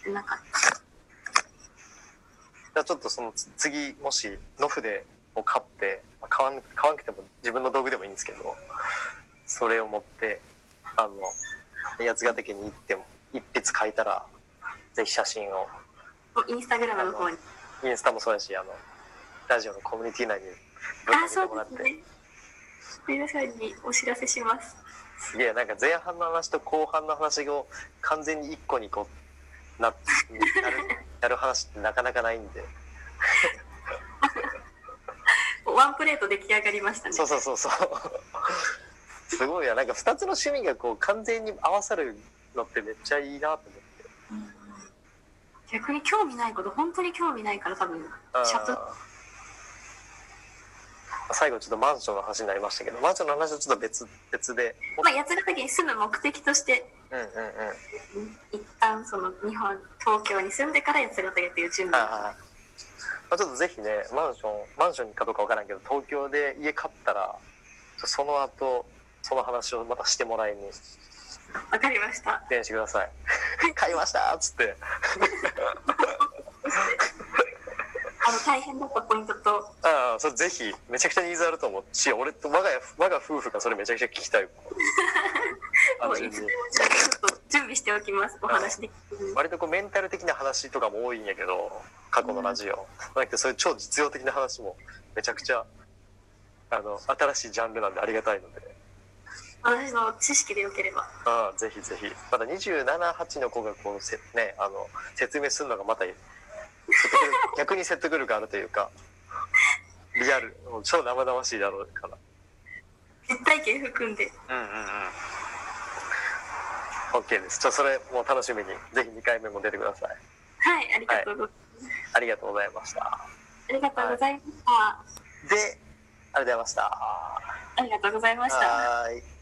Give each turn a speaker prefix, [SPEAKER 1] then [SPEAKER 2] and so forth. [SPEAKER 1] ってなかった。
[SPEAKER 2] じゃあちょっとそのつ次、もし、ノフで、を買って、まあ買わん、買わなくても自分の道具でもいいんですけど、それを持って、あの、八ヶ岳に行っても、一筆書いたら、ぜひ写真を、
[SPEAKER 1] インスタグラムの方に。
[SPEAKER 2] インスタもそうやし、あの、ラジオのコミュニティ内にぶっ
[SPEAKER 1] あ、
[SPEAKER 2] かけ
[SPEAKER 1] そ
[SPEAKER 2] てもらっ
[SPEAKER 1] う
[SPEAKER 2] て
[SPEAKER 1] です、ね。皆さんにお知らせします。
[SPEAKER 2] すげえ、なんか前半の話と後半の話を完全に一個にこう、な、なる、 やる話ってなかなかないんで、
[SPEAKER 1] ワンプレート出来上がりましたね。
[SPEAKER 2] そうそうそうそう。すごいな。なんか二つの趣味がこう完全に合わさるのってめっちゃいいなと思って。
[SPEAKER 1] うん逆に興味ないこと、本当に興味ないから多分、
[SPEAKER 2] うん
[SPEAKER 1] シャツ
[SPEAKER 2] 最後ちょっとマンションの話になりましたけど、マンションの話はちょっと別、別で。
[SPEAKER 1] まあ、八ヶ岳に住む目的として、
[SPEAKER 2] うんうんうん。
[SPEAKER 1] 一旦その日本、東京に住んでから八ヶ岳っていう準
[SPEAKER 2] はい
[SPEAKER 1] 備。
[SPEAKER 2] はい。まあ、ちょっとぜひね、マンション、マンションかどうかわからんけど、東京で家買ったら、ちょっとその後、その話をまたしてもらいに
[SPEAKER 1] わかりました。
[SPEAKER 2] 電してください。 買いましたっつって。
[SPEAKER 1] あの、大変だったポイントと、
[SPEAKER 2] ああ、それぜひ、めちゃくちゃニーズあると思うし、俺と我が家、我が夫婦がそれめちゃくちゃ聞き たい。
[SPEAKER 1] も
[SPEAKER 2] 単
[SPEAKER 1] うい
[SPEAKER 2] 純
[SPEAKER 1] つで
[SPEAKER 2] に
[SPEAKER 1] もじゃあちょっと準備しておきます。お話できるように。
[SPEAKER 2] 割とこうメンタル的な話とかも多いんやけど、過去のラジオ。なんかそういう超実用的な話もめちゃくちゃ、あの、新しいジャンルなんでありがたいので。
[SPEAKER 1] 私の知識でよければ。
[SPEAKER 2] ああ、ぜひぜひ。まだ27、8の子がこうせ、ね、あの、説明するのがまた、説得力逆に説得力あるというか、リアル、もう超生々しいだろうから。
[SPEAKER 1] 実体験含んで。
[SPEAKER 2] うんうんうん。OK です。じゃあそれもう楽しみに、ぜひ2回目も出てください。
[SPEAKER 1] はい、ありがとうございます。
[SPEAKER 2] ありがとうございました。
[SPEAKER 1] ありがとうございました。
[SPEAKER 2] で、ありがとうございました。
[SPEAKER 1] ありがとうございました。
[SPEAKER 2] はーい。